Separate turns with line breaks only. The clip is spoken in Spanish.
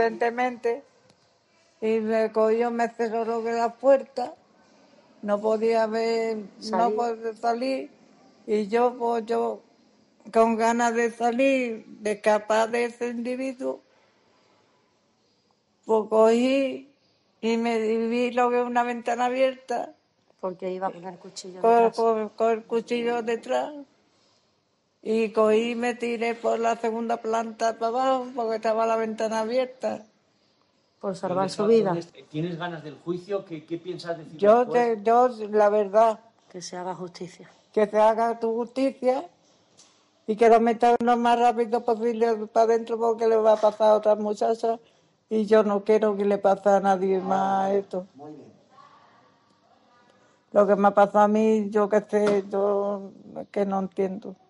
inocentemente, y me cogió, me cerró lo que la puerta, no podía ver, no
Salir.
podía salir, y yo, pues yo, con ganas de salir, de escapar de ese individuo, pues cogí y me y vi lo que una ventana abierta,
Porque iba con el cuchillo
con,
detrás.
con- con el cuchillo detrás. Y cogí y me tiré por la segunda planta para abajo porque estaba la ventana abierta.
Por
¿Dónde
salvar su
está-
vida.
dónde está- ¿Tienes ganas del juicio? ¿Qué, qué piensas decir
Yo,
después?
te- yo, la verdad,
Que se haga justicia.
que se haga tu justicia y que lo metan lo más rápido posible para adentro porque le va a pasar a otras muchachas y yo no quiero que le pase a nadie más esto.
Muy bien.
Lo que me ha pasado a mí, yo que sé, yo que no entiendo.